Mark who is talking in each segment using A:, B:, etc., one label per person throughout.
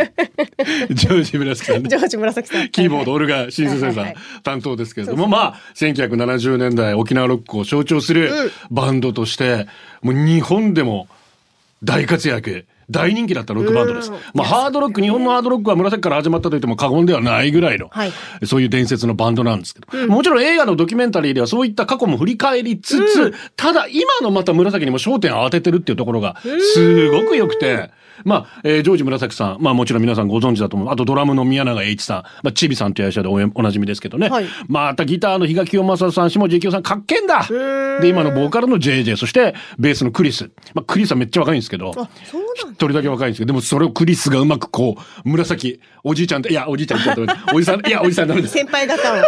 A: ジョージ紫さんね
B: ョージ紫さん
A: キーボード、オルガン、シンセサイザ
B: はいはい
A: ー
B: は
A: 担当ですけれども、まあ、1970年代沖縄ロックを象徴するバンドとして、もう日本でも大活躍、大人気だったロックバンドです
B: うん。
A: まあ、ハードロック、日本のハードロックは紫から始まったと言っても過言ではないぐらいの
B: はい、
A: そういう伝説のバンドなんですけど、もちろん映画のドキュメンタリーではそういった過去も振り返りつつ、ただ今のまた紫にも焦点を当ててるっていうところが、すごく良くて、まあ、えージョージ紫さん、まあもちろん皆さんご存知だと思う。あとドラムの宮永栄一さん、まあチビさんという愛称でおやおなじみですけどね。
B: はい
A: またギターの比嘉清正さん、下地幸雄さん、かっけえんだで、今のボーカルの JJ、そしてベースのクリス。まあクリスはめっちゃ若いんですけど、
B: あそうなんだ
A: 一人だけ若いんですけど、でもそれをクリスがうまくこう、紫、おじいちゃんって、いや、おじいちゃんって言ったらダメですおじさん、いや、おじさんダメです。
B: 先輩方を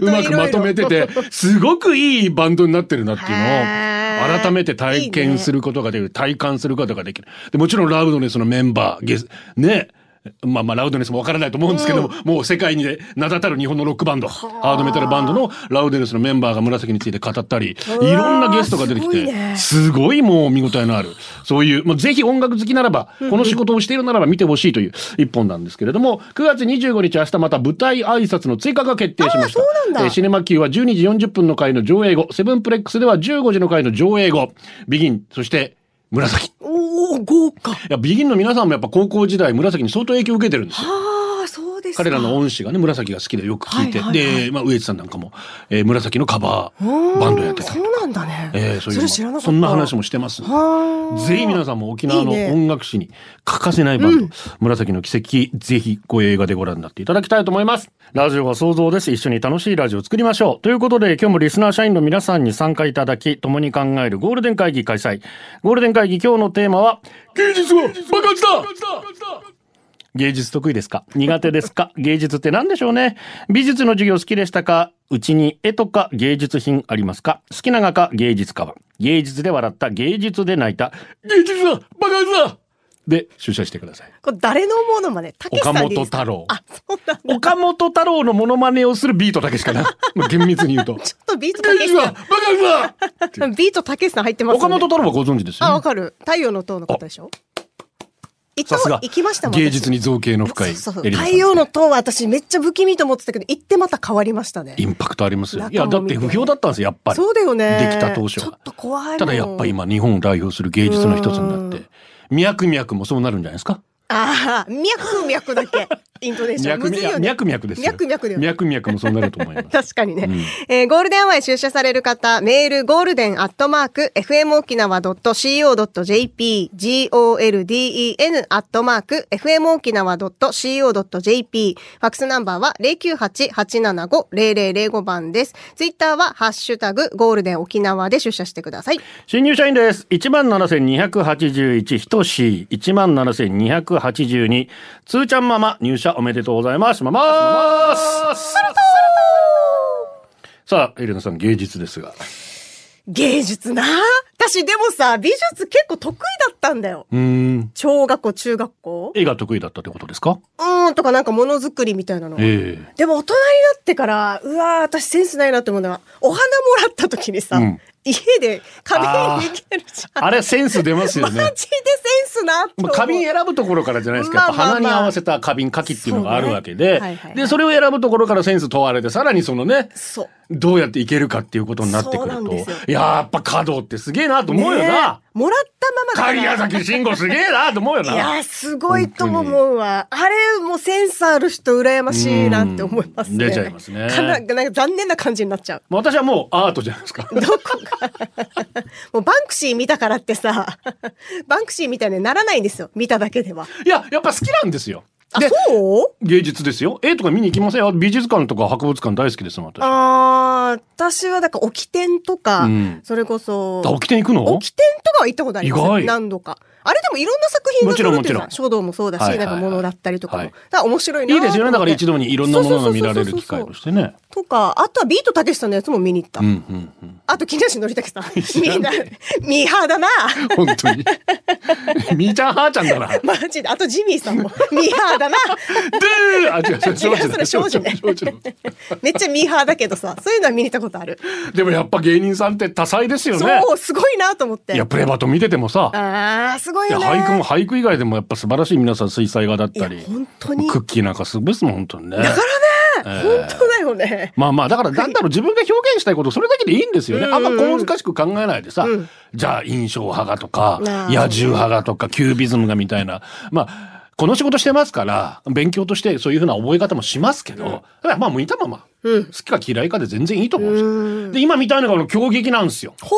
A: うまくまとめてて、すごくいいバンドになってるなっていうの
B: へ
A: を、
B: ー
A: 改めて体験することができる、体感することができる。で、もちろんラウドネスのメンバー、ゲス、ね、まあまあラウドネスもわからないと思うんですけども、もう世界に名だたる日本のロックバンド、ハードメタルバンドのラウドネスのメンバーが紫について語ったり、いろんなゲストが出てき
B: すごい
A: て、
B: ね
A: すごいもう見応えのある、そういう、まあ、ぜひ音楽好きならば、この仕事をしているならば見てほしいという一本なんですけれども、9月25日明日また舞台挨拶の追加が決定しました。
B: あーそうなん
A: え
B: だ
A: ーシネマ Q は12時40分の回の上映後、セブンプレックスでは15時の回の上映後、ビギン、そして紫。い
B: おお豪華
A: や、ビギンの皆さんもやっぱ高校時代紫に相当影響を受けてるんですよ。
B: ああそうですか
A: 彼らの恩師がね、紫が好きでよく聞いて、
B: はいはいはい
A: で、まあ、上地さんなんかも、えー紫のカバーバンドやってた
B: そ。うなんだね。
A: えーそういうの
B: れ知らなかった。
A: そんな話もしてます。
B: はー
A: ぜひ皆さんも沖縄の
B: いいね
A: 音楽史に欠かせないバンド、紫の奇跡、ぜひご映画でご覧になっていただきたいと思います。ラジオは想像です。一緒に楽しいラジオを作りましょう。ということで、今日もリスナー社員の皆さんに参加いただき、共に考えるゴールデン会議開催。ゴールデン会議今日のテーマは、芸術は爆発だ芸術得意ですか苦手ですか芸術って何でしょうね美術の授業好きでしたかうちに絵とか芸術品ありますか好きな画家芸術家は芸術で笑った芸術で泣いた芸術だバカ術だで出社してください
B: これ誰のものまで。たけしさんでいいですか
A: 岡本太郎
B: あ、そうなんだ。
A: 岡本太郎のモノマネをするビートたけしかなまあ厳密に言うと
B: ちょっとビートた
A: 芸
B: けし
A: 術だバカ術だ
B: さ ん。ビートたけしさん入ってます、ね。
A: 岡本。太郎はご存知です
B: あ、わ
A: よね
B: かる。太陽の塔の方でしょ。行った
A: さすが
B: 行きましたもん。
A: 芸術に造形の深い
B: 私そうそう
A: エリナさん
B: 太陽の塔は私めっちゃ不気味と思ってたけど、行ってまた変わりましたね。
A: インパクトありますよいやだ
B: 中
A: っ
B: も見
A: て
B: て
A: 不評だったんですよやっぱり
B: そうだよね。
A: できた当初は
B: ちょっと怖いもん
A: ただやっぱ。今日本を代表する芸術の一つになって、ミャクミャクもそうなるんじゃないですか
B: ああ、脈脈だ け。イントネーション。むずいよね。
A: ミャクミャクですよ。
B: ミャクミャクだよね
A: ミャクミャクもそうなると思いま す。
B: 確かにね、
A: うん
B: えーゴールデンアワーへ出社される方、メールゴールデンアットマーク、fmokinawa.co.jp、golden アットマーク、fmokinawa.co.jp、ファックスナンバーは098-875-0005番です。ツイッターは、ハッシュタグ、ゴールデン沖縄で出社してください。
A: 新入社員です。17,281ひとし、17,282。つーちゃんママ、入社おめでとうございます。ママーすさあ、エレナさん、芸術ですが。
B: 芸術な私でもさ、美術結構得意だったんだよ。
A: うーん。
B: 小学校、中学校
A: 絵が得意だったってことですか
B: うーんとかなんかものづくりみたいなの。
A: ええ
B: でも大人になってから、うわー、私センスないなって思うのは、お花もらった時にさ、
A: うん
B: 家で紙にいけるじゃん。
A: あれセンス出ますよ
B: マ
A: ね。
B: ジでセンスなって思
A: ま
B: う。
A: あ花瓶選ぶところからじゃないですけど、
B: ま
A: や
B: あ
A: っぱ
B: まあまあ
A: 花に合わせた花瓶花器っていうのがあるわけ
B: そ
A: で
B: うねはいはいは、い
A: で、それを選ぶところからセンス問われて、さらにそのね、
B: そう。
A: どうやっていけるかっていうことになってく
B: そ
A: る
B: うなん
A: と、
B: ですよ
A: やっぱ華道ってすげえなと思うよな
B: ね。えもらったままだから
A: 狩矢崎慎吾すげえなと思うよ
B: いや
A: な。
B: ー、すごいと思うわ。あれ、もうセンスある人羨ましいなって思いますね。
A: うん出ちゃいますね
B: かななんか残念な感じになっちゃう。
A: まあ私はもうアートじゃないですか。
B: どこがもうバンクシー見たからってさ、バンクシーみたいにならないんですよ。見ただけでは。
A: いや、やっぱ好きなんですよ。
B: あ、
A: で、
B: そう
A: 芸術ですよ。絵とか見に行きませんよ。美術館とか博物館大好きですもん、私。あ、
B: あー私はだから、置き店とか、
A: うん
B: それこそ、
A: 起きて行くの
B: 置き店とかは行ったことあります
A: 意外
B: 何度か。あれでもいろんな作品が
A: もちろん
B: 揃ってるじゃ
A: も
B: ん
A: ち
B: 書道もそうだし、
A: はいはいはい
B: なんか物だったりとかも。
A: はい
B: だから面白いな。
A: いいですよね。だから一度にいろんなものが見られる機会としてね。
B: とか、あとはビートたけしさんのやつも見に行った。
A: うんうんうん。
B: あと、木梨憲武さん。 みんな、ミーハーだな。
A: 本当に。みーちゃんはーちゃんだな。で
B: マジで。あと、ジミーさんも。ミーハーだな。
A: ーあ、違う違う、
B: 違うそれ
A: 少
B: 少
A: 女
B: 女
A: だ少
B: ね
A: 女だ
B: めっちゃミーハーだけどさ。そういうのは見に行ったことある。
A: でもやっぱ芸人さんって多彩ですよね。
B: そう、すごいなと思って。
A: いや、プレバト見ててもさ、
B: あー、すごい
A: いや
B: よね。
A: 俳句も俳句以外でもやっぱ素晴らしい皆さん水彩画だった
B: い
A: り
B: や、本当に
A: クッキーなんかすごいですもん、本当にね。だからね、
B: 本当だよね。
A: まあまあ、だから、なんだろう、自分が表現したいこと、それだけでいいんですよね。
B: うん
A: あん
B: うん
A: ま小難しく考えないでさ、
B: うん
A: じゃあ、印象派がとか、
B: あー
A: 野獣派がとか、キュービズムがみたいな。まあ、この仕事してますから、勉強としてそういうふうな覚え方もしますけど、だからまあ、向いたまま、
B: うん
A: 好きか嫌いかで全然いいと思うんですよ。
B: うん
A: で、今みたいなのが、強撃なんですよ。
B: ほー。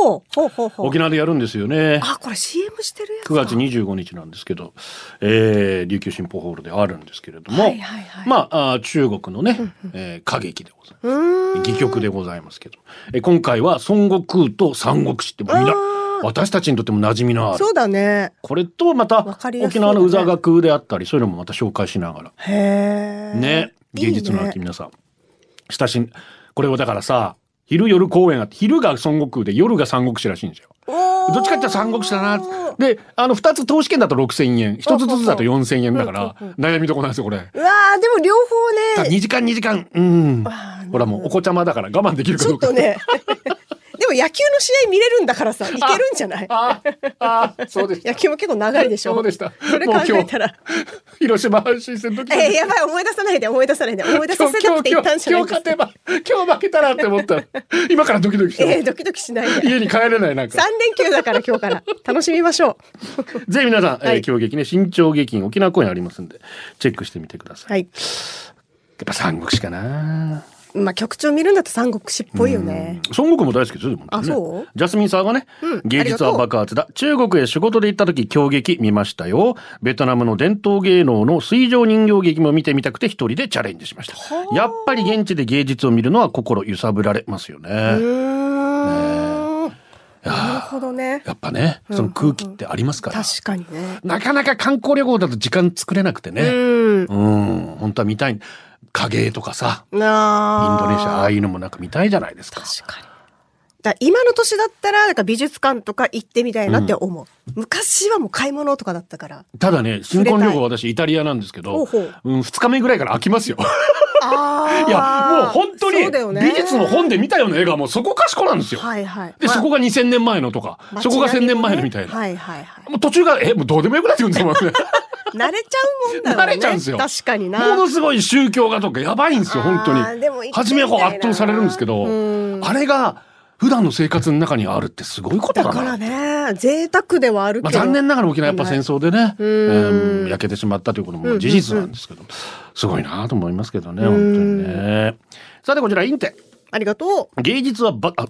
B: ほうほうほう
A: 沖。縄でやるんですよね。
B: あ、これ CM してるやつ
A: 9
B: だ。
A: 月25日なんですけど、えー琉球新報ホールであるんですけれども、
B: はいはいはい。
A: まあ、あー中国のね、えー歌劇でございます。
B: うーん。
A: 戯曲でございますけど、えー今回は孫悟空と三国志ってもうみんな
B: あー
A: 私たちにとっても馴染みのある
B: そうだね。
A: これとまた
B: わかりやす
A: 沖
B: そうだ
A: 縄
B: ね
A: の宇座学であったりそういうのもまた紹介しなが
B: へえ。
A: らね
B: いいね
A: 芸術の秋皆さん親しんこれをだからさ昼夜公演あって昼が孫悟空で夜が三国志らしいんですよ。
B: おー
A: どっちかって言ったら三国志だな。で、あの、二つ投資券だと6000円、一つずつだと4000円だから、悩みどこなんですよ、これ。
B: うわー、でも両方ね。
A: 2時間、2時間、うん。
B: わー
A: ほら、もうお子ちゃまだから我慢できるか
B: ち
A: ど
B: ょ
A: う
B: っ
A: か。
B: とね。 でも野球の試合見れるんだからさ、いけるんじゃない
A: ああ、そうでした
B: 野。球も結構長いでしょ
A: そうでした。
B: それ考えたら。
A: 広島阪神戦の時
B: えー、やばい、思い出さないで、思い出さないで、思い出
A: 今
B: さ
A: 日
B: せた
A: 今
B: くて
A: 日
B: 言
A: 今
B: っ
A: 日
B: たんじゃ
A: 今
B: ない
A: 日
B: です
A: 勝てば今日負けたらって思 ったら今からドキドキして
B: えー、
A: る、
B: ドキドキしない
A: 家
B: で。
A: に帰れないなんか
B: 三連休だから今日から。楽しみましょう。
A: ぜひ皆さん、
B: は
A: え
B: い
A: ー、今日劇ね新潮劇院沖縄公演ありますんでチェックしてみてください、
B: はい。
A: やっぱ三国志かな
B: まあ、曲調見るんだと三国志っぽいよね。
A: 孫悟空も大好きですよ、でもね
B: あそう
A: ジャスミンさんがね、
B: うん
A: 芸術は爆発だ。中国へ仕事で行った時、狂劇見ましたよ。ベトナムの伝統芸能の水上人形劇も見てみたくて一人でチャレンジしました。やっぱり現地で芸術を見るのは心揺さぶられますよね。
B: うーん。なるほどね。
A: やっぱね、その空気ってありますから。
B: 確かにね。
A: なかなか観光旅行だと時間作れなくてね。
B: う
A: う
B: ん。
A: ん、本当は見たい。影絵とかさ、イン
B: なあ。
A: ドネシア、ああいうのもなんか見たいじゃないですか。
B: 確かに。だから今の年だったら、なんか美術館とか行ってみたいなって思う。昔はもう買い物とかだったから。
A: ただね、新婚旅行私イタリアなんですけ
B: ほう
A: ど、
B: ほう。
A: うん、二日目ぐらいから飽きますよ。
B: ああ。
A: いや、もう本当に
B: そうだよね
A: 美術の本で見たような絵がもうそこかしこなんですよ。
B: はいはい。
A: で、
B: まあ
A: そこが2000年前のとか、そこが1000年前のみたいな。
B: はいはいはい。
A: もう途中から、え、もうどうでもよくなってくるんですよ、もうね
B: 慣れちゃうもんだろうね。
A: 慣れちゃうんですよ
B: 確かにな。
A: ものすごい宗教画とかやばいんですよ、本
B: あーでも
A: 当に。
B: 行ってみ
A: 初
B: たい
A: め
B: な
A: はこう圧倒されるんですけど
B: う、ん
A: あれが普段の生活の中にあるってすごいこと
B: だ
A: だ
B: か
A: な
B: ら。ね、贅沢ではある
A: まあ、
B: けど。
A: 残念ながら沖縄やっぱ戦争でね、え
B: ん
A: ー焼けてしまったということも事実なんですけど、すごいなと思いますけどね、本当にね。さて、こちら、インテ。
B: ありがと
A: 芸術はば、あ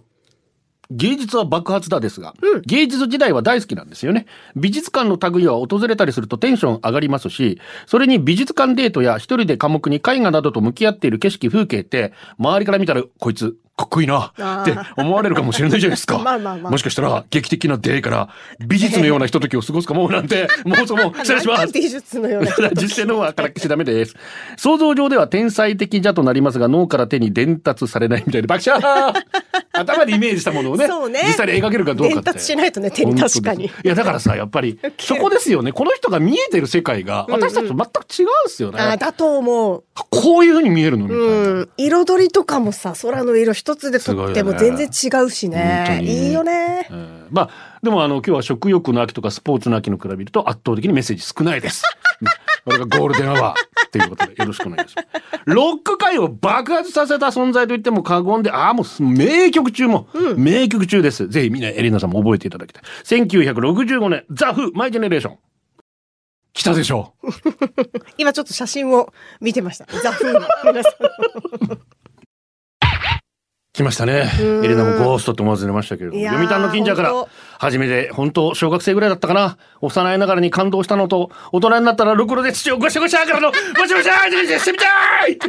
A: 芸術は爆発だですが、芸術時代は大好きなんですよね。美術館の類は訪れたりするとテンション上がりますし、それに美術館デートや一人で科目に絵画などと向き合っている景色風景って、周りから見たら、こいつ、かっこいいな、
B: あー
A: って思われるかもしれないじゃないですか。
B: まあまあまあ
A: もしかしたら、劇的な出会いから、美術のようなひとときを過ごすかも、なんて、妄想も
B: う。
A: 失礼しま
B: なん
A: す
B: か。美術のよう な。
A: 実践の方はからっきしダメです。 想像上では天才的じゃとなりますが、脳から手に伝達されないみたいで、爆笑頭でイメージしたものをね
B: そうね
A: 実際に描けるかどうか
B: 伝
A: って
B: 達しないとね手に
A: 本当です
B: 確かに
A: いやだからさやっぱりそこですよねこの人が見えてる世界が私たちと全く違うんですよね、
B: あだと思う
A: こういうふうに見えるのみたいな、
B: うん、彩りとかもさ空の色一つで撮っても
A: すごい
B: 全
A: よね
B: 然違うし
A: 本
B: ね
A: 当
B: い
A: に
B: いよね
A: えーまあでもあの今日は食欲の秋とかスポーツの秋の比べると圧倒的にメッセージ少ない です。うんこれがゴールデンアワーということでよろしくお願いします。ロック界を爆発させた存在と言っても過言で、ああもう名曲中も、名曲中です。ぜひみんなエリナさんも覚えていただきたい。1965年、ザ・フー・マイ・ジェネレーション。来たでしょう。
B: 今ちょっと写真を見てましたザ・フーの皆さん
A: 来ましたね。
B: うん
A: エリナもゴーストと思わず出ましたけれども、
B: いやー
A: 読谷の近所から
B: 本当、
A: 初めて、本当小学生ぐらいだったかな。幼いながらに感動したのと、大人になったら、ろくろで土をごしゃごしゃからの、ごしゃごしゃーしてみたいって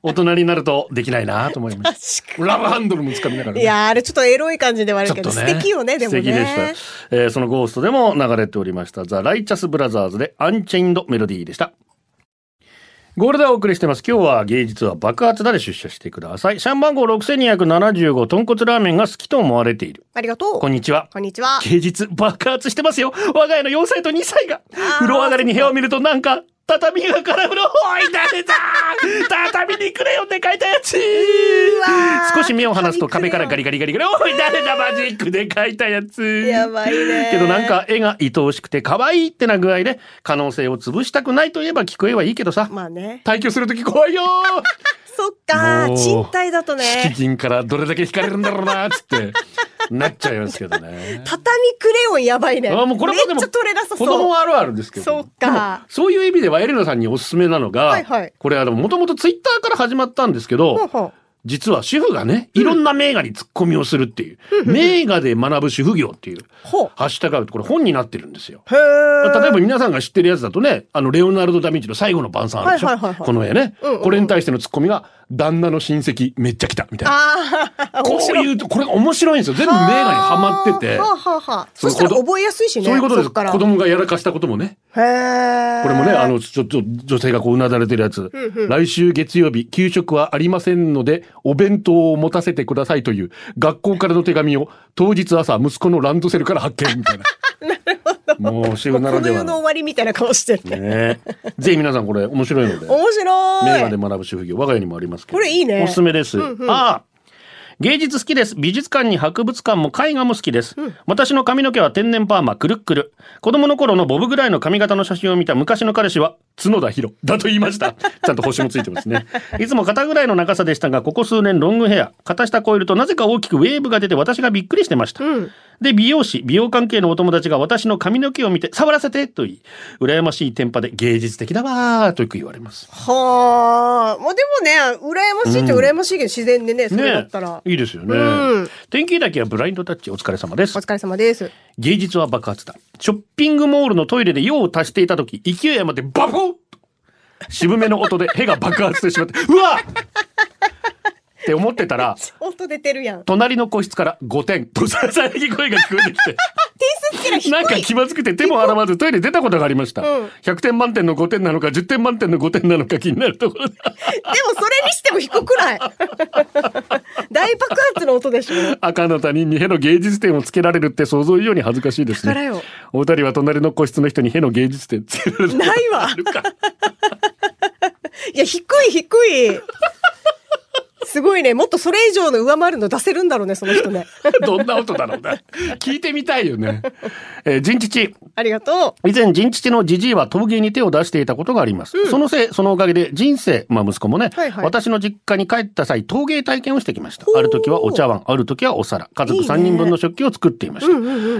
A: 大人になるとできないなと思いました。 ラブハンドルもつかみながら、
B: いやーあれちょっとエロい感じではあるけど、素敵よねでもね
A: 素敵でした、えーそのゴーストでも流れておりましたザ・ライチャス・ブラザーズでアンチェインド・メロディーでしたゴールドはお送りしてます今日は芸術は爆発だで出社してくださいシャン番号6275豚骨ラーメンが好きと思われている
B: ありがとう
A: こんにちは
B: こんにちは
A: 芸術爆発してますよ我が家の4歳と2歳が風呂上がりに部屋を見るとなんか畳が空振るおい誰 だ畳にクレヨンで書いたやつ
B: わー
A: 少し目を離すと壁からガリガリガリガリおい誰だマジックで書いたやつ
B: やばいね
A: けどなんか絵が愛おしくて可愛いってな具合で可能性を潰したくないといえば聞こえはいいけどさ
B: まあね
A: 退去するとき怖いよー
B: そっか
A: もう
B: 賃貸だと
A: 敷
B: ね
A: 金からどれだけ引かれるんだろうなーっつってなっちゃいますけどね
B: 畳クレヨンやばいね
A: あもうこれもでも
B: めっちゃ取れなさ
A: 子供
B: そう
A: はあるあるですけど
B: そっか
A: でもそういう意味ではエレナさんにおすすめなのが、
B: はいはい
A: これはもともとツイッターから始まったんですけど、
B: ほうほう
A: 実は主婦がねいろんな名画にツッコミをするっていう「名画で学ぶ主婦業」っていう
B: ほう
A: ハッシュタグがあってこれ本になってるんですよ。
B: へー
A: 例えば皆さんが知ってるやつだとねあのレオナルド・ダ・ヴィンチの「最後の晩餐」あるでしょ、
B: はいはいはいはい
A: この絵ね、
B: うんうんうん
A: これに対してのツッコミが「旦那の親戚めっちゃ来た」みたいな
B: あ あ
A: こういうとこれが面白いんですよ全部名画にはまってて
B: はあはあはあ
A: そ
B: そうしたら
A: 子供
B: 覚えやすいしね
A: そういうことです
B: っから
A: 子供がやらかしたこともね
B: へー
A: これもね、あの、ちょっと女性がこううなだれてるやつ。
B: うんうん
A: 来週月曜日、給食はありませんので、お弁当を持たせてくださいという学校からの手紙を当日朝、息子のランドセルから発見みたいな。 もう、シ
B: も
A: グな
B: うこ
A: ら
B: の
A: で
B: 世
A: は
B: の
A: の。
B: 終わりみたいな顔してるね
A: ねぜひ皆さんこれ面白いので、
B: 面白い
A: 名画で学ぶ主婦業、我が家にもありますけど。
B: これいいね
A: おすすめです。
B: うんうん
A: ああ芸術好きです。美術館に博物館も絵画も好きです。私の髪の毛は天然パーマ、くるっくる。子供の頃のボブぐらいの髪型の写真を見た昔の彼氏は、角田博だと言いま した。ちゃんと星もついてますね。いつも肩ぐらいの長さでしたが、ここ数年ロングヘア。片下超えるとなぜか大きくウェーブが出て私がびっくりしてました。で、美容師、美容関係のお友達が私の髪の毛を見て、触らせてと言い、羨ましいテンパで芸術的だわーとよく言われます。
B: はあまあでもね羨ましいって羨ましいけど自然でねそれだったら
A: いいですよね、
B: うん
A: 天気だけはブラインドタッチお疲れ様で
B: お
A: す
B: 疲れ様です
A: 芸術は爆発だショッピングモールのトイレで用を足していた時勢い余ってバコッと渋めの音で屁が爆発してしまって うわっって思ってたら
B: 音出てるやん
A: 隣の個室から5点とささやき声が聞こえてきて
B: 点数つけら 低い
A: なんか気まずくて手も洗わずトイレ出たことがありました、
B: うん
A: 100点満点の5点なのか10点満点の5点なのか気になるところで
B: でもそれにしても低くない 大爆発の音でしょ
A: 赤の他人にヘの芸術点をつけられるって想像以上に恥ずかしいです
B: だから
A: ね
B: よ。
A: お二人は隣の個室の人にヘの芸術点つけら れること
B: ないわ
A: あるか。
B: いや低い低いすごいねもっとそれ以上の上回るの出せるんだろうねその人ね
A: どんな音だろうな。聞いてみたいよね。えー、人父。
B: ありがと
A: 以前、人父のじじいは陶芸に手を出していたことがあります。そのせい、そのおかげで人生、まあ息子もね、
B: はいはい
A: 私の実家に帰った際、陶芸体験をしてきました
B: ほ。う
A: ある時はお茶碗、ある時はお皿、家族
B: いいね
A: 3人分の食器を作っていまし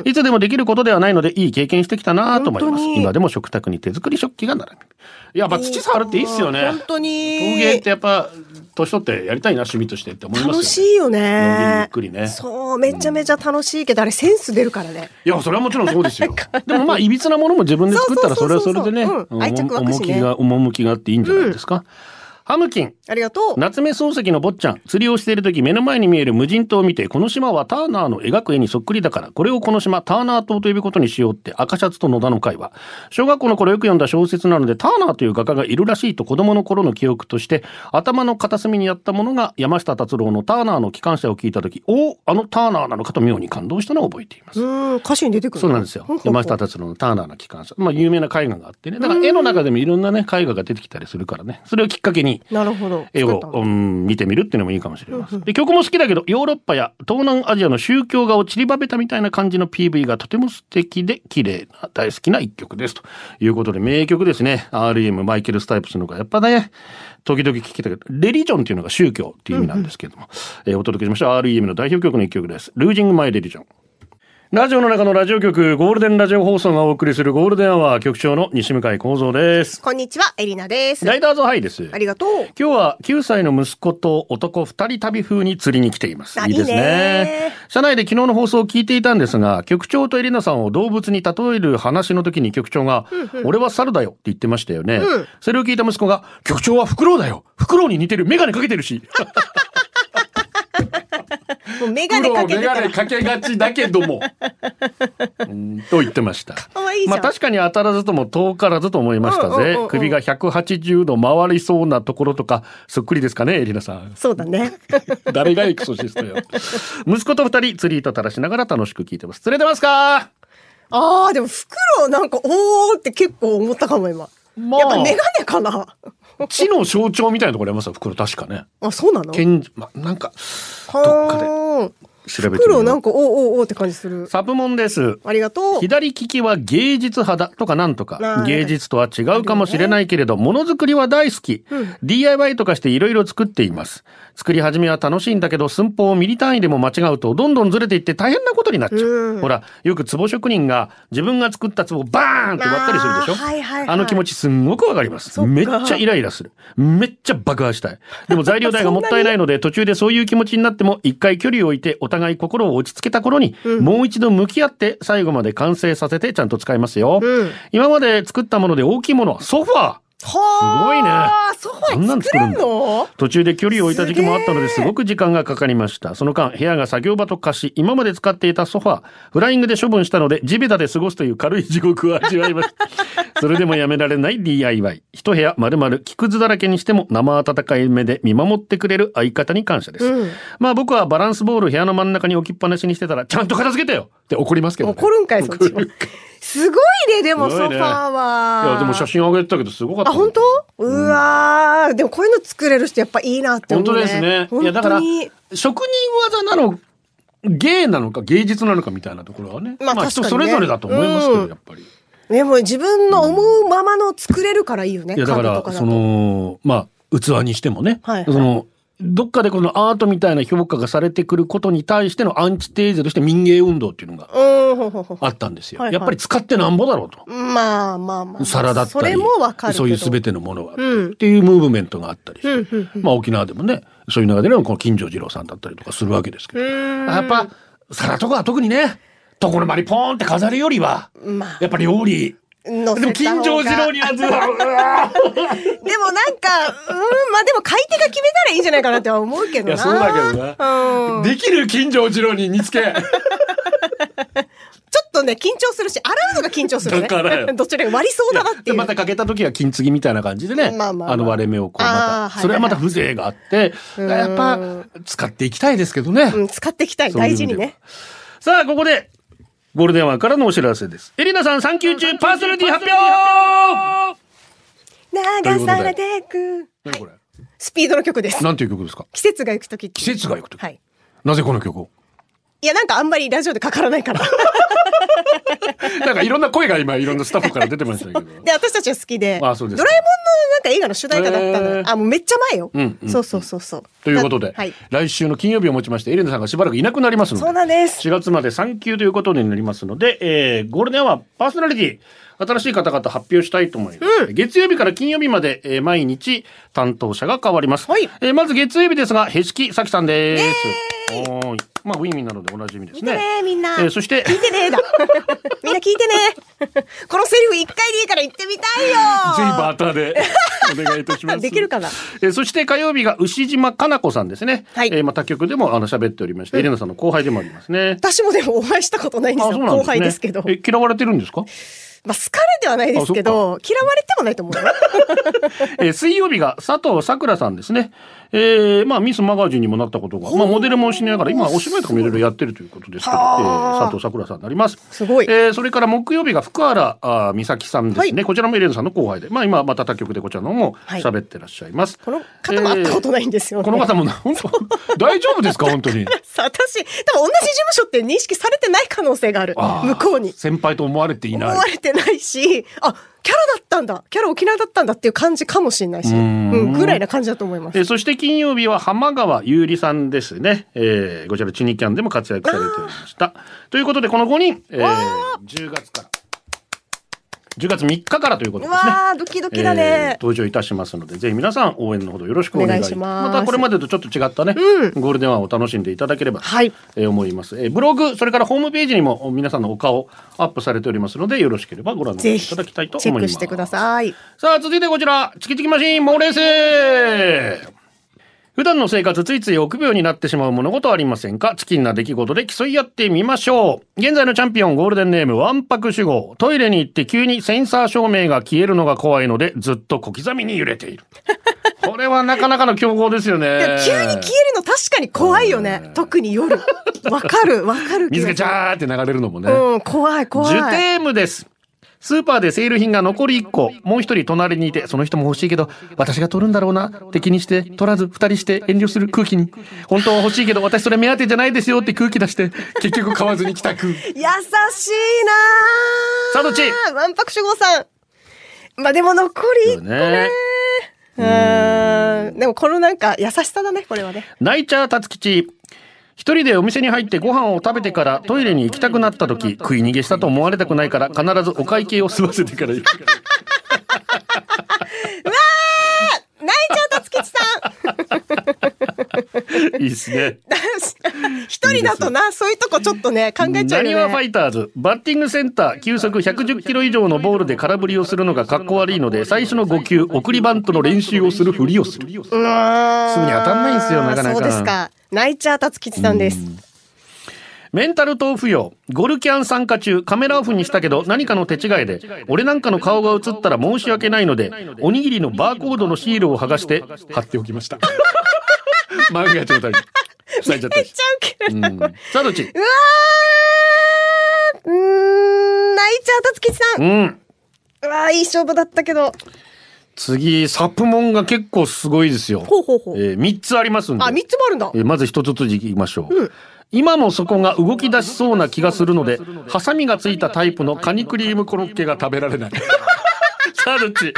A: た。いつでもできることではないので、いい経験してきたなと思いま
B: 本
A: す。
B: 当に
A: 今でも食卓に手作り食器が並び。やっぱ
B: う
A: 土触るっていいっすよね。
B: 本当に
A: 陶芸ってやっぱ年取ってやりたいな趣味としてって思いますよね。
B: 楽しいよ
A: のんびりゆっ
B: ね
A: くりね
B: そうめちゃめちゃ楽しいけどあれセンス出るからね
A: いやそれはもちろんそうです よ。でもまあいびつなものも自分で作ったらそ
B: そう
A: れ
B: そ
A: は
B: うそ
A: そう
B: そ
A: れで
B: う
A: ね、
B: うん愛着湧くし
A: 趣
B: ね
A: が趣があっていいんじゃないですか。ハムキン。
B: ありがとう。
A: 夏目漱石の坊ちゃん釣りをしている時目の前に見える無人島を見てこの島はターナーの描く絵にそっくりだからこれをこの島ターナー島と呼ぶことにしようって赤シャツと野田の会話小学校の頃よく読んだ小説なのでターナーという画家がいるらしいと子供の頃の記憶として頭の片隅にあったものが山下達郎のターナーの機関車を聞いた時おおあのターナーなのかと妙に感動したのを覚えています
B: うーん、歌詞に出てくる。
A: そうなんですよ
B: ほんほんほん
A: 山下達郎のターナーの機関車まあ有名な絵画があってねだから絵の中でもいろんなね絵画が出てきたりするからねそれをきっかけに
B: なるほど。
A: 絵
B: 作
A: を
B: った、の
A: うん、見てみるっていうのもいいかもしれません。で曲も好きだけどヨーロッパや東南アジアの宗教画を散りばめたみたいな感じの PV がとても素敵で綺麗な大好きな一曲ですということで名曲ですね REM マイケル・スタイプスのがやっぱね時々聞きたけどレリジョンっていうのが宗教っていう意味なんですけども、えーお届けしました REM の代表曲の一曲です「ルージング・マイ・レリジョン」。ラジオの中のラジオ局ゴールデンラジオ放送がお送りするゴールデンアワー局長の西向井幸三です。
B: こんにちは、エリナです。
A: ライダーズハイです。
B: ありがとう。
A: 今日は9歳の息子と男2人旅風に釣りに来ています。
B: あ
A: いいです
B: いい
A: ね
B: ね。
A: 社内で昨日の放送を聞いていたんですが、局長とエリナさんを動物に例える話の時に局長が、俺は猿だよって言ってましたよね。
B: うん
A: それを聞いた息子が、局長はフクロウだよフクロウに似てるメガネかけてるし
B: もうメガ
A: フク
B: ネ
A: ロ
B: か
A: ウ
B: け
A: メ
B: てた
A: ガネ
B: ら。
A: かけがちだけども。うんと言ってました。
B: かわいいじゃ
A: ま
B: ん。
A: あ確かに当たらずとも遠からずと思いました
B: うんうん
A: ぜ
B: うんうん。
A: 首が180度回りそうなところとか、そっくりですかね、エリナさ ん。
B: そうだね。
A: 誰がエクソシストよ。息子と二人、釣り糸垂らしながら楽しく聞いてます。釣れてますか
B: あー、でも、フクロウなんか、おーって結構思ったかも、今。
A: ま
B: やっぱ
A: あ
B: メ、ガネかな
A: 地の象徴みたいなところありますよ、袋確かね。
B: あ、そうなの
A: 剣、ま、なんか、どっかで
B: はーん。
A: 調
B: フ
A: べ
B: ク
A: てみ
B: ロ
A: よ
B: ウなん
A: う。
B: か、おーおーおーって感じする。
A: サブモンです。
B: ありがとう。
A: 左利きは芸術派だとかなんとか
B: な、る
A: 芸術とは違うかもしれないけれど、ものづくりは大好き。DIY とかしていろいろ作っています。作り始めは楽しいんだけど、寸法をミリ単位でも間違うと、どんどんずれていって大変なことになっちゃ
B: う
A: う。
B: ん
A: ほら、よく壺職人が自分が作った壺をバーンって割ったりするでしょ
B: あーはいはいはい
A: あの気持ちすんごくわかります。めっちゃイライラする。めっちゃ爆破したい。でも材料 代がもったいないので、途中でそういう気持ちになっても、一回距離を置いて、お互い心を落ち着けた頃に、もう一度向き合って、最後まで完成させて、ちゃんと使いますよ。
B: うん
A: 今まで作ったもので大きいものは、ソファー
B: はー。すご
A: こ
B: ソ
A: ん
B: フ
A: な
B: ァ
A: ん
B: ー
A: 作
B: 作
A: る
B: れ
A: ん
B: ん
A: だ
B: の
A: 途中で距離を置いた時期もあったのです
B: すげー
A: ごく時間がかかりました。その間、部屋が作業場と化し、今まで使っていたソファー、フライングで処分したので、地べたで過ごすという軽い地獄を味わいま した。それでもやめられない DIY。一部屋丸々木くずだらけにしても生温かい目で見守ってくれる相方に感謝です。
B: うん
A: まあ僕はバランスボール部屋の真ん中に置きっぱなしにしてたら、ちゃんと片付けてよって怒りますけど、ね。
B: 怒るんかい、そっち
A: 怒
B: は
A: る。
B: すごいね、でも、
A: す
B: ソ
A: ご
B: フ
A: い
B: ァ
A: ね
B: ーは。
A: いや、でも写真上げてたけどすごかった。
B: あ、本当うわー、でもこういうの作れる人やっぱいいなって思
A: 本
B: う、ね。
A: 当ですね。いやだから
B: 本当に
A: 職人技なの芸なのか芸術なのかみたいなところはね、
B: まあ確かに
A: 人
B: ね
A: それぞれだと思いますけど、
B: うん
A: やっぱり。
B: ね、もう自分の思うままの作れるからいいよね。
A: いやだか
B: 家具
A: ら
B: とだと
A: そ、のまあ器にしてもね、
B: はい
A: そのどっかでこのアートみたいな評価がされてくることに対してのアンチテーゼとして民芸運動っていうのが
B: うん、ほうほうほう
A: あったんですよ。
B: はいはい
A: やっぱり使ってなんぼだろうと。
B: まあまあまあ。
A: 皿だったり、
B: それもわかるけど。
A: そういうすべてのものがあって、
B: うん
A: っていうムーブメントがあったりして、
B: うんうん
A: まあ沖縄でもね、そういう中でのこの金城二郎さんだったりとかするわけですけど、
B: ん
A: やっぱ皿とかは特にね、ところまりポーンって飾るよりは、
B: まあ
A: やっぱ料理。
B: 乗せた方が
A: でも金城二郎にはず は、うわー
B: でもなんか、うん、まあでも買い手が決めたらいいんじゃないかなっては思うけど
A: い
B: な。
A: や、そうだけどな。
B: うん。ちょ
A: できる金城二郎に煮つけ。
B: っとね、緊張するし、洗うのが緊張する
A: だ
B: ね。
A: からよ
B: どっちらが割りそうだなってい
A: で
B: う。
A: またかけた時は金継ぎみたいな感じでね、
B: まあまあまあ
A: あの割れ目をこう
B: あー
A: ま
B: はいは
A: た、
B: い
A: それはまた風情があって、
B: ん
A: やっぱ使っていきたいですけどね。
B: うん、使っていきたい。
A: そういう意
B: 大
A: 味
B: 事
A: で
B: に
A: は
B: ね。
A: さあ、ここで、ゴールデンワンからのお知らせです。エリナさん、産休中、パーソナリティ発表
B: 流されていく。
A: 何これ
B: スピードの曲です。
A: なんていう曲ですか
B: 季節が行くとき
A: 季節が行くとき
B: はい。
A: なぜこの曲を
B: いや、なんかあんまりラジオでかからないから。
A: なんかいろんな声が今、いろんなスタッフから出てました けど。
B: で、私たちは好きで。
A: あそうですか
B: ドラえもんのなんか映画の主題歌だったの
A: へ
B: よ
A: ー。
B: あ、もうめっちゃ前よ。
A: うんうん
B: そうそうそうそう。
A: ということで、
B: なはい。
A: 来週の金曜日をもちまして、エレナさんがしばらくいなくなりますので、
B: そうなんです
A: 4月まで産休ということになりますので、えーゴールデンはパーソナリティ、新しい方々発表したいと思います。月曜日から金曜日まで、えー毎日担当者が変わります。
B: はい
A: えーまず月曜日ですが、へしきさきさんです。おーい。まあ、ウィンウィンなのでおなじみで
B: 見
A: す
B: てね
A: ね。
B: ーみんな。
A: えーそして、
B: 聞いてね ーだ。みんな聞いてねー。このセリフ一回でいいから言ってみたいよー。
A: ぜひバーターでお願いいたします。
B: できるかな
A: えーそして火曜日が牛島かな子さんですね。
B: はい
A: えーまあ他局でもあの喋っておりまして、エレナさんの後輩でもありますね。
B: 私もでもお会いしたことないんですよ。後輩ですけど。
A: え嫌われてるん ですか、
B: まあ、好かれてはないですけど、嫌われてもないと思うよ。
A: えー水曜日が佐藤さくらさんですね。えーまあミスマガジンにもなったことが、まあモデルもしながら、今お芝居とかもいろいろやってるということですけど、え
B: はあ
A: ー佐藤さくらさんになります。
B: すごい
A: えーそれから木曜日が福原あー美咲さんですね。
B: はい
A: こちらもエレナさんの後輩で、まあ今また他局でこちらの方も
B: はい
A: 喋ってらっしゃいます。
B: この方も会ったことないんですよね
A: この方も、本当 大丈夫ですか本当に。
B: さあ私、多分同じ事務所って認識されてない可能性がある。
A: あー
B: 向こうに。
A: 先輩と思われてい
B: 思
A: ない
B: わ。れてないし、あ、キャラだったんだ。キャラ沖縄だったんだっていう感じかもしれないし。
A: う
B: うんん、ぐらいな感じだと思います
A: え。ーそして金曜日は浜川優里さんですね、えーこちらチュニキャンでも活躍されておりましたということでこの5人、えー10月から10月3日からということ
B: う
A: ですね
B: わー、ドキドキだ
A: えー
B: ね。
A: 登場いたしますのでぜひ皆さん応援のほどよろしくお願い
B: お願いします
A: たこれまでとちょっと違ったね、ゴールデンワンを楽しんでいただければ、
B: はい
A: えー思います、えーブログそれからホームページにも皆さんのお顔アップされておりますのでよろしければご覧い
B: ぜひ、
A: た
B: チ
A: だきたいと思います
B: ェックしてください。
A: さあ、続いてこちら、チキチキマシン、猛レース普段の生活ついつい臆病になってしまう物事はありませんかチキンな出来事で競い合ってみましょう。現在のチャンピオンゴールデンネームワンパク主語。トイレに行って急にセンサー照明が消えるのが怖いのでずっと小刻みに揺れて いる。これはなかなかの強豪ですよね。
B: いや急に消えるの確かに怖いよね。特に夜。わかる、わかる。
A: 水がジ
B: ん。
A: ャーって流れるのもね。
B: うん、怖い、怖い。
A: ジュテームです。スーパーでセール品が残り1個、もう1人隣にいて、その人も欲しいけど、私が取るんだろうな、って気にして、取らず2人して遠慮する空気に、本当は欲しいけど、私それ目当てじゃないですよって空気出して、結局買わずに帰宅。
B: 優しいなー
A: さあどっち
B: わんぱく主語さん。まあでも残り1個ね。うーん。でもこのなんか優しさだね、こ れはね。
A: 泣いちゃう辰吉。一人でお店に入ってご飯を食べてからトイレに行きたくなった時、食い逃げしたと思われたくないから、必ずお会計を済ませてから行 く。
B: 泣いちゃうとつきちさん
A: いいですね。
B: 一人だとな、そういうとこちょっとね、考えちゃ
A: な
B: う
A: に
B: よ
A: わファ
B: ね。
A: イターズ、バッティングセンター、球速110キロ以上のボールで空振りをするのが格好悪いので、最初の5球、送りバントの練習をするふりをする。
B: うーん
A: すぐに当たんないんですよなかなか
B: そうですか。泣いちゃうとつきちさんです。
A: メンタル豆腐よ、ゴルキャン参加中、カメラオフにしたけど、何かの手違いで、俺なんかの顔が映ったら申し訳ないので、おにぎりのバーコードのシールを剥がして、貼っておきました。 漫画やちょうだい。塞いちゃっ
B: め
A: た
B: っ
A: し
B: ち。ゃウケ
A: う
B: る
A: ん
B: な、これ。
A: さあ、どっち
B: うわーうーん、泣いちゃうとつきちさん。
A: うん。
B: うわー、いい勝負だったけど。
A: 次、サプモンが結構すごいですよ。
B: ほうほうほう
A: えー、3つありますんで。
B: あ、三つもあるんだ。
A: えーまず一つずついきましょう、今もそこが動き出しそうな気がするのでハサミがついたタイプのカニクリームコロッケが食べられない さあどっち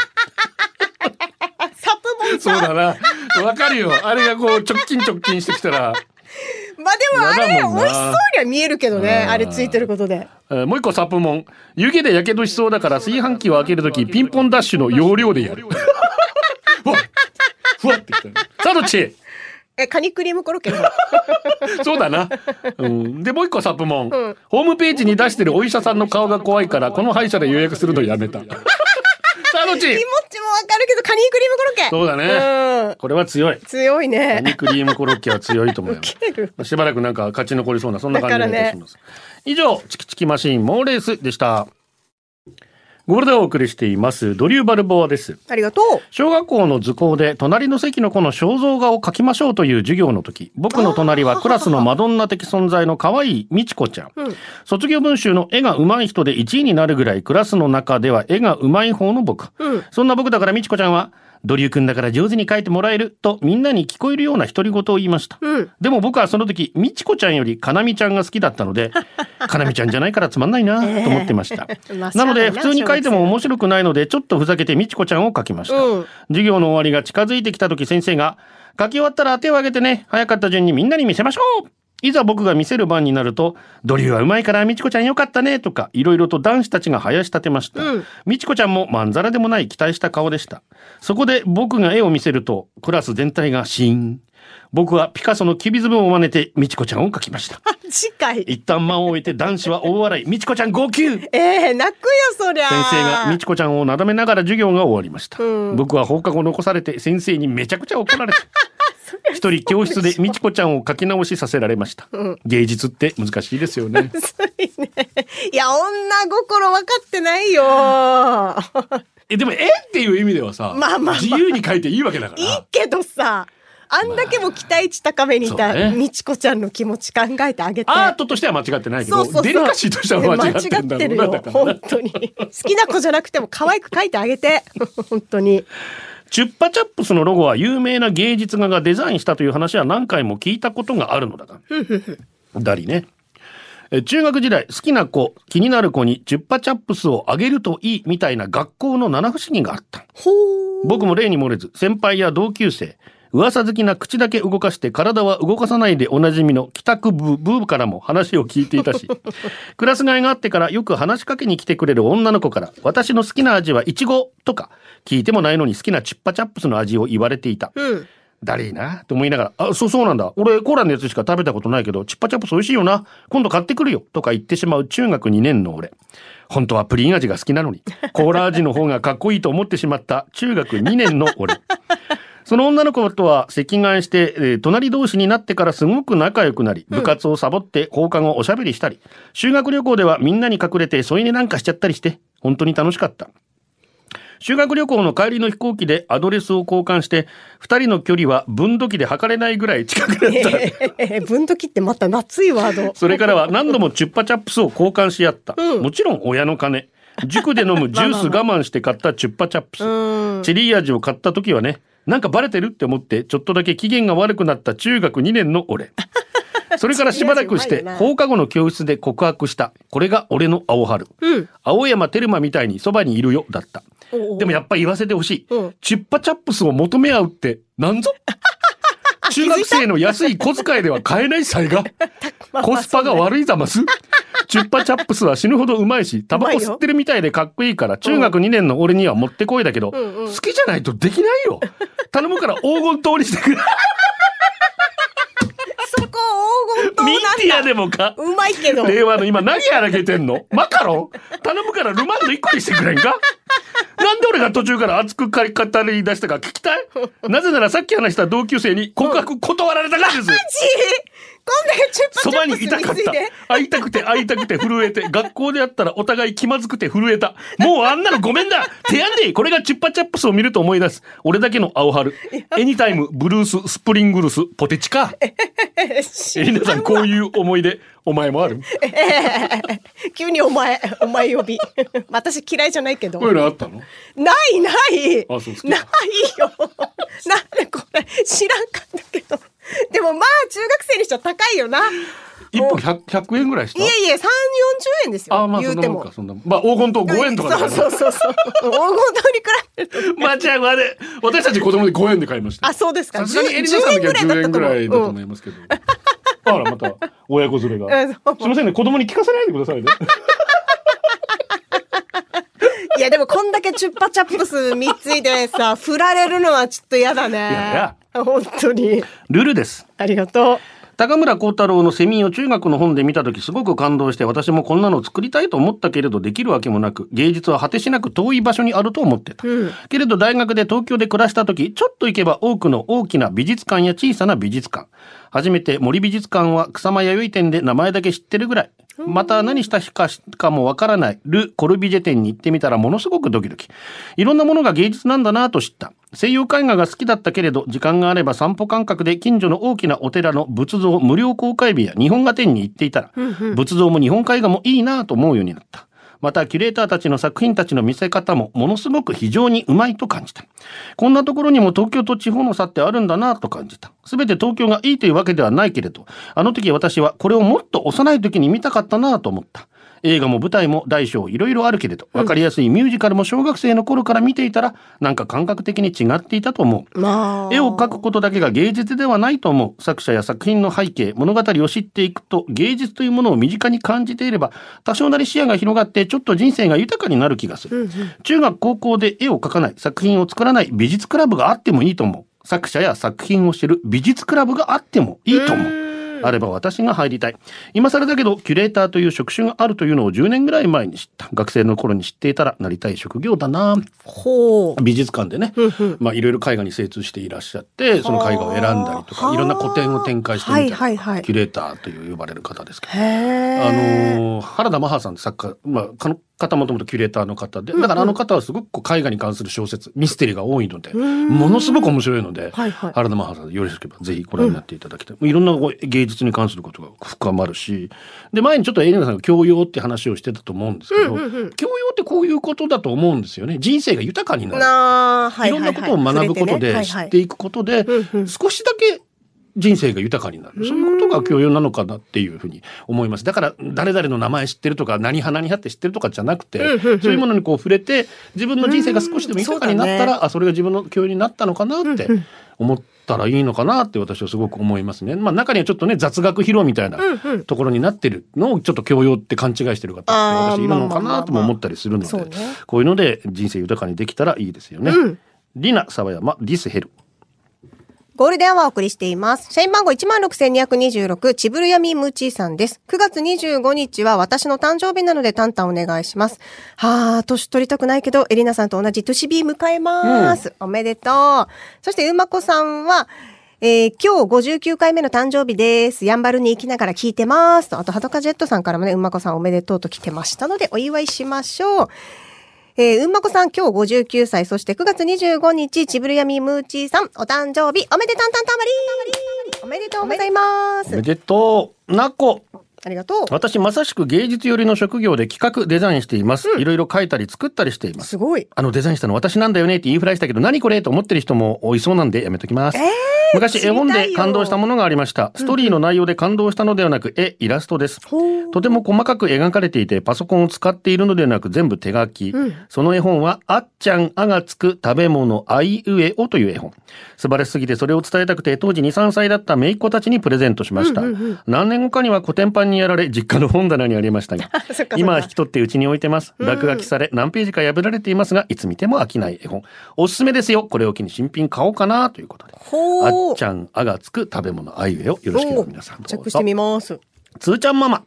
B: サプモン
A: そうだなわかるよあれがこう直近直近してきたら、
B: まあでもあれ
A: 嫌
B: 美
A: だもんな
B: 味しそうには見えるけどね
A: うん
B: あれついてることで
A: えーもう一個サプモン湯気でやけどしそうだから炊飯器を開けるときピンポンダッシュの要領でやるふわっふわってきたねさあどっち
B: えカニクリームコロッ ケの方
A: そうだな。うん、で、もう一個サプモン、ホームページに出してるお医者さんの顔が怖い から、この歯医者で予約するのや めた。さあ、どっ
B: 気持
A: ち
B: ちもわかるけどカニクリームコロッケ
A: そうだね。
B: うん
A: これは強い。
B: 強
A: カ
B: い
A: ニ
B: ね
A: クリームコロッケは強いと思 いま
B: ウケる
A: す。しばらくなんか勝ち残りそうな、そんな感じがいたします。以上、チキチキマシーン、モーレースでした。ゴールデンをお送りしています。ドリューバルボアです。
B: ありがとう
A: 小学校の図工で隣の席の子の肖像画を描きましょうという授業の時僕の隣はクラスのマドンナ的存在の可愛い美智子ちゃん、
B: うん
A: 卒業文集の絵が上手い人で1位になるぐらいクラスの中では絵が上手い方の僕、
B: うん
A: そんな僕だから美智子ちゃんは「ドリュー君だから上手に描いてもらえる」とみんなに聞こえるような独り言を言いました、
B: うん
A: でも僕はその時美智子ちゃんよりかなみちゃんが好きだったの でかなみちゃんじゃないからつまんないなと思ってました、
B: まあしゃ
A: な
B: あ
A: の
B: い
A: で普通に書いても面白くないのでちょっとふざけて美智子ちゃんを書きました、
B: うん
A: 授業の終わりが近づいてきた時先生が「書き終わったら手を挙げてね早かった順にみんなに見せましょう!」いざ僕が見せる番になると「ドリューはうまいから美智子ちゃんよかったね」とかいろいろと男子たちが林立てました、
B: うん
A: 美智子ちゃんもまんざらでもない期待した顔でしたそこで僕が絵を見せるとクラス全体がシーン僕はピカソのキュビズムを真似て美智子ちゃんを描きました
B: 次回。
A: 一旦間を置いて男子は大笑い美智子ちゃん号泣先
B: えー、泣くよ、そりゃ。
A: 生が美智子ちゃんをなだめながら授業が終わりました、
B: うん
A: 僕は放課後残されて先生にめちゃくちゃ怒 られて一人教室で美智子ちゃんを描き直しさせられました、
B: うん
A: 芸術って難しいですよ ね
B: いね。 いや、女心分かってな いよ。い
A: えでも絵っていう意味ではさ、
B: まあまあまあ
A: 自由に描いていいわけだから
B: いけどさ、あんだけも期待値高めにい
A: まあそう
B: た
A: ね
B: みちこちゃんの気持ち考えてあげて。
A: アートとしては間違ってないけどデリカシーとしては間違ってるんだろうな
B: 間
A: だ
B: 違って
A: か
B: る
A: らな
B: よ本当に。好きな子じゃなくても可愛く描いてあげて。本当に。
A: チュッパチャップスのロゴは有名な芸術家がデザインしたという話は何回も聞いたことがあるのだが。だりね。え中学時代、好きな子、気になる子にチュッパチャップスをあげるといいみたいな学校の七不思議があった。
B: ほう。
A: 僕も例に漏れず、先輩や同級生、噂好きな口だけ動かして体は動かさないでおなじみの帰宅部ブーからも話を聞いていたし、クラス替えがあってからよく話しかけに来てくれる女の子から、私の好きな味はイチゴとか、聞いてもないのに好きなチュッパチャップスの味を言われていた。
B: うん。
A: だりーなと思いながら、あ、そうそうなんだ。俺コーラのやつしか食べたことないけど、チュッパチャップス美味しいよな。今度買ってくるよ。とか言ってしまう中学2年の俺。本当はプリン味が好きなのに、コーラ味の方がかっこいいと思ってしまった中学2年の俺。その女の子とは席替えして、えー隣同士になってからすごく仲良くなり、部活をサボって放課後おしゃべりしたり、修学旅行ではみんなに隠れて添い寝なんかしちゃったりして、本当に楽しかった。修学旅行の帰りの飛行機でアドレスを交換して、二人の距離は分度器で測れないぐらい近くなった。
B: えー、分度器ってまた夏いワード。
A: それからは何度もチュッパチャップスを交換し合った。
B: うん
A: もちろん親の金。塾で飲むジュース我慢して買ったチュッパチャップス。
B: うん。
A: チェリー味を買った時はね、なんかバレてるって思って、ちょっとだけ機嫌が悪くなった中学2年の 俺。それからしばらくし
B: チ
A: て
B: ェリー味うまいよな
A: 放課後の教室で告白した。これが俺の青春。
B: うん。
A: 青山テルマみたいにそばにいるよだった。
B: おう
A: でもやっぱ言わせてほしい。
B: うん
A: チュッパチャップスを求め合うってなん ぞ中学生の安い小遣いでは買えない才がコスパが悪いざますチュッパチャップスは死ぬほどうま いし、タバコ吸ってるみたいでかっこいいから、中学2年の俺にはもってこいだけど、
B: んうん
A: 好きじゃないとできない よ。頼むから黄金塔にしてくれ。
B: そこ黄金
A: ミ
B: 塔
A: ンティ
B: な
A: ア
B: んだ。
A: でもか。
B: うまいけど。
A: 令和の今何やらけてんのマカロン頼むからルマンド1個にしてくれんかなんで俺が途中から熱く語り出したか聞きたいなぜならさっき話した同級生に告白断られたからです
B: マジこんなにチュッパチ
A: そ
B: ャ
A: ば
B: ッ
A: に
B: プス
A: いたかっ
B: 貢い
A: た
B: で
A: 会いたくて会いたくて震えて学校であったらお互い気まずくて震えたもうあんなのごめんだ手やんでこれがチュッパチャップスを見ると思い出す俺だけの青春エニタイムブルーススプリングルスポテチかえりなさんこういう思い出お前もある
B: 急にお前、お前呼び。 私嫌いじゃないけど。
A: こういうのあったの
B: ないない
A: あそう好き
B: ないよなんでこれ知らんかったけど。でもまあ中学生にしては高いよな。
A: 一本 100, 100円ぐらいし
B: い
A: た
B: えいえ、3、40円ですよ。
A: あまあ
B: 言
A: そんな
B: うて
A: もん
B: も
A: か。そんなもんまあ黄金と5円とかだか
B: そ
A: ら
B: うそうそうそう。黄金塔に比べると。
A: まあじゃあまあね私たち子供で5円で買いました
B: あ、そうですか。
A: さすがにエリナさんの時は10円ぐらいだと思いますけど、あらまた親子連れ が、
B: うんそう
A: すいませんね子供に聞かせないでくださいね
B: いやでもこんだけチュッパチャップス三ついでさ、振られるのはちょっと嫌だね。
A: や
B: 本当に。
A: ルールです
B: ありがとう。
A: 高村光太郎のセミを中学の本で見た時すごく感動して私もこんなの作りたいと思ったけれどできるわけもなく芸術は果てしなく遠い場所にあると思ってた、
B: うん
A: けれど大学で東京で暮らした時ちょっと行けば多くの大きな美術館や小さな美術館初めて森美術館は草間弥生店で名前だけ知ってるぐらいまた何した日かしかもわからないル・コルビジェ店に行ってみたらものすごくドキドキいろんなものが芸術なんだなぁと知った西洋絵画が好きだったけれど時間があれば散歩感覚で近所の大きなお寺の仏像無料公開日や日本画展に行っていたら仏像も日本絵画もいいなぁと思うようになったまたキュレーターたちの作品たちの見せ方もものすごく非常にうまいと感じたこんなところにも東京と地方の差ってあるんだなと感じた全て東京がいいというわけではないけれどあの時私はこれをもっと幼い時に見たかったなと思った映画も舞台も大小いろいろあるけれど分かりやすいミュージカルも小学生の頃から見ていたらなんか感覚的に違っていたと思う
B: まあ。
A: 絵を描くことだけが芸術ではないと思う作者や作品の背景物語を知っていくと芸術というものを身近に感じていれば多少なり視野が広がってちょっと人生が豊かになる気がする、中学高校で絵を描かない作品を作らない美術クラブがあってもいいと思う作者や作品を知る美術クラブがあってもいいと思う。あれば私が入りたい。今更だけど、キュレーターという職種があるというのを10年ぐらい前に知った。学生の頃に知っていたらなりたい職業だな。
B: ほう。
A: 美術館でね
B: うんうん、
A: まあいろいろ絵画に精通していらっしゃって、その絵画を選んだりと
B: は
A: か、
B: あ
A: いろんな個展を展開してみたいな、
B: はいはいはい
A: キュレーターという呼ばれる方ですけど。
B: へえ。
A: あのー原田マハさんって作家、まあ、かの方もともとキュレーターの方で、だからあの方はすごくこう絵画に関する小説、ミステリーが多いので、
B: うん
A: ものすごく面白いので、
B: はいはい
A: 原田マハさんよろしければぜひご覧になっていただきたい。いろんなこう芸術に関することが深まるし、で、前にちょっとエリナさんが教養って話をしてたと思うんですけど、教養ってこういうことだと思うんですよね。人生が豊かになる。
B: なあ、はいい
A: ろ
B: はい
A: ん
B: はい。
A: なことを学ぶことで知って
B: い
A: いくことで
B: うんうん
A: 少しだけ人生が豊かになるそういうことが教養なのかなっていうふうに思いますだから誰々の名前知ってるとか何派何派って知ってるとかじゃなくて
B: うんうんうん
A: そういうものにこう触れて自分の人生が少しでも豊かになった
B: うんそうだ
A: らあそれが自分の教養になったのかなって思ったらいいのかなって私はすごく思いますね。まあ中にはちょっとね雑学披露みたいな
B: うんうん
A: ところになってるのをちょっと教養って勘違いしてる方って
B: あー
A: 私いるのか
B: まあまあまあまあ
A: なとも思ったりするの
B: そう
A: で
B: ね
A: こういうので人生豊かにできたらいいですよね。
B: うん
A: リナ、沢山、リスヘル。
B: ゴールデンはお送りしています。社員番号16,226、ちぶるやみむーちーさんです。9月25日は私の誕生日なのでタンタンお願いします。はあ、年取りたくないけど、エリナさんと同じ年 B 迎えます。おめでとう。そして、うまこさんは、えー今日59回目の誕生日です。やんばるに行きながら聞いてます。と、あと、はとかジェットさんからもね、うまこさんおめでとうと来てましたので、お祝いしましょう。えー、うんまこさん、今日59歳、そして9月25日、ちぶるやみむーちーさん、お誕生日、おめでたんたんたまりーんおめでとうございま
A: お
B: す
A: め。でとう。なこ。
B: ありがとう。
A: 私、まさしく芸術寄りの職業で企画、デザインしています。いろいろ書いたり作ったりしています。
B: すごい。
A: あの、デザインしたの私なんだよねって言いふらいしたけど、何これと思ってる人も多いそうなんでやめときます。昔、絵本
B: 知りたい
A: で
B: よ
A: 感動したものがありました。ストーリーの内容で感動したのではなく、絵、イラストです。とても細かく描かれていて、パソコンを使っているのではなく、全部手書き。その絵本は、あっちゃん、あがつく、食べ物、あいうえおという絵本。素晴らしすぎて、それを伝えたくて、当時2、3歳だった姪っ子たちにプレゼントしました。何年後かには古典版にやられ、実家の本棚にありました が
B: そっかそっか、
A: 今は引き取ってうちに置いてます。落書きされ、何ページか破られていますが、いつ見ても飽きない絵本。おすすめですよ。これを機に新品買おうかな、ということで。
B: ほ
A: あっち
B: ゃん、
A: ゃん、あがつく、食べ物、あいうえお。よろしければ皆さんどうぞ
B: チェックしてみます。
A: つーちゃんママ。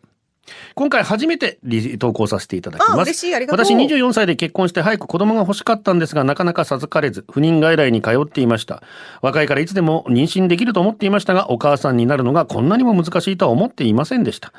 A: 今回初めてリ投稿させていただきます。
B: あ嬉しいありがとう
A: 私24歳で結婚して早く子供が欲しかったんですが、なかなか授かれず、不妊外来に通っていました。若いからいつでも妊娠できると思っていましたが、お母さんになるのがこんなにも難しいとは思っていませんでした。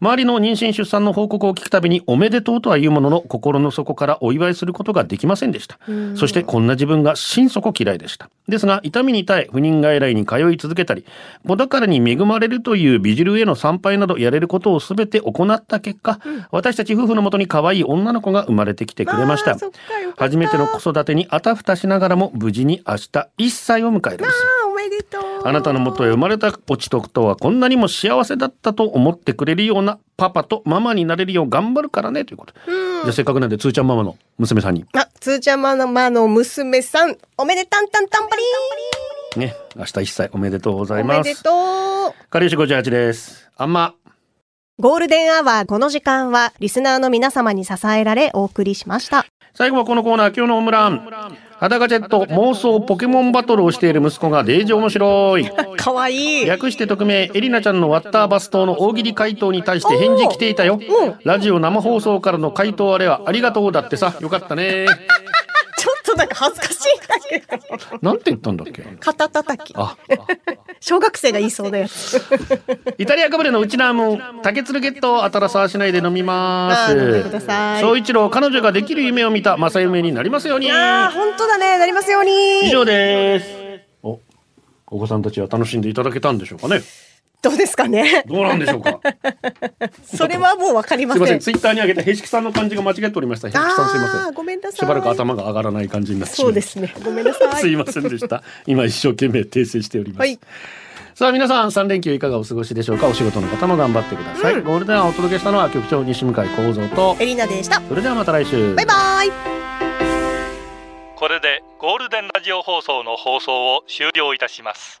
A: 周りの妊娠出産の報告を聞くたびに、おめでとうとは言うものの、心の底からお祝いすることができませんでした。そしてこんな自分が心底嫌いでした。ですが、痛みに耐え、不妊外来に通い続けたり、子宝に恵まれるという美汁への参拝などやれることを全て行った結果、私たち夫婦のもとに可愛い女の子が生まれてきてくれました。
B: あーそっかよかった
A: 初めての子育てにあたふたしながらも無事に明日1歳を迎えるんです。
B: あーおめでとう。
A: あなたのもとへ生まれたポチトクとはこんなにも幸せだったと思ってくれるようなパパとママになれるよう頑張るからねということ。じゃあせっかくなんでつーちゃんママの娘さんに
B: あ、つーちゃんママの娘さん、おめでたんたんたんぱり
A: ね、明日1歳おめでとうござ
B: ー
A: い
B: んおめ
A: ま。
B: ですとう。
A: かりゆし58です。あんま。
B: ゴールデンアワー、この時間は、リスナーの皆様に支えられ、お送りしました。
A: 最後はこのコーナー、今日のオムラン。裸ジェット妄想ポケモンバトルをしている息子がデージ面白い。
B: かわいい。
A: 略して匿名エリナちゃんのワッターバス島の大喜利回答に対して返事来ていたよラジオ生放送からの回答あれはありがとうだってさよかったね
B: ちょっとなんか恥ずかしいんだけど。
A: なんて言ったんだっけ
B: 肩叩き。
A: あ
B: 小学生が言いそうなやつ。
A: イタリアかぶれのウチナーム竹鶴ゲットあたらさわしないで飲みま
B: あー飲んでく
A: す
B: ださい
A: 総一郎彼女ができる夢を見た正夢になりますように
B: ああ、本当だね。なりますよう
A: 以
B: に。
A: 上ですおお子さんたちは楽しんでいただけたんでしょうかね
B: どうですかね。
A: どうなんでしょう か
B: それはもうわかります
A: いま
B: せん。
A: せんツイッターに上げた平式さんの漢字が間違っておりました平式さんすいませ
B: あー
A: ん
B: ごめんなさい
A: しばらく頭が上がらない感じになってしまい
B: そ
A: うました
B: ですね。ごめんなさ
A: す
B: い。
A: いませんでした。今一生懸命訂正しております。
B: はい。
A: さあ皆さん3連休いかがお過ごしでしょうかお仕事の方も頑張ってください。ゴールデンをお届けしたのは局長西向井幸三と、
B: エリナでした。
A: それではまた来週。
B: バイバイ。
C: これでゴールデンラジオ放送の放送を終了いたします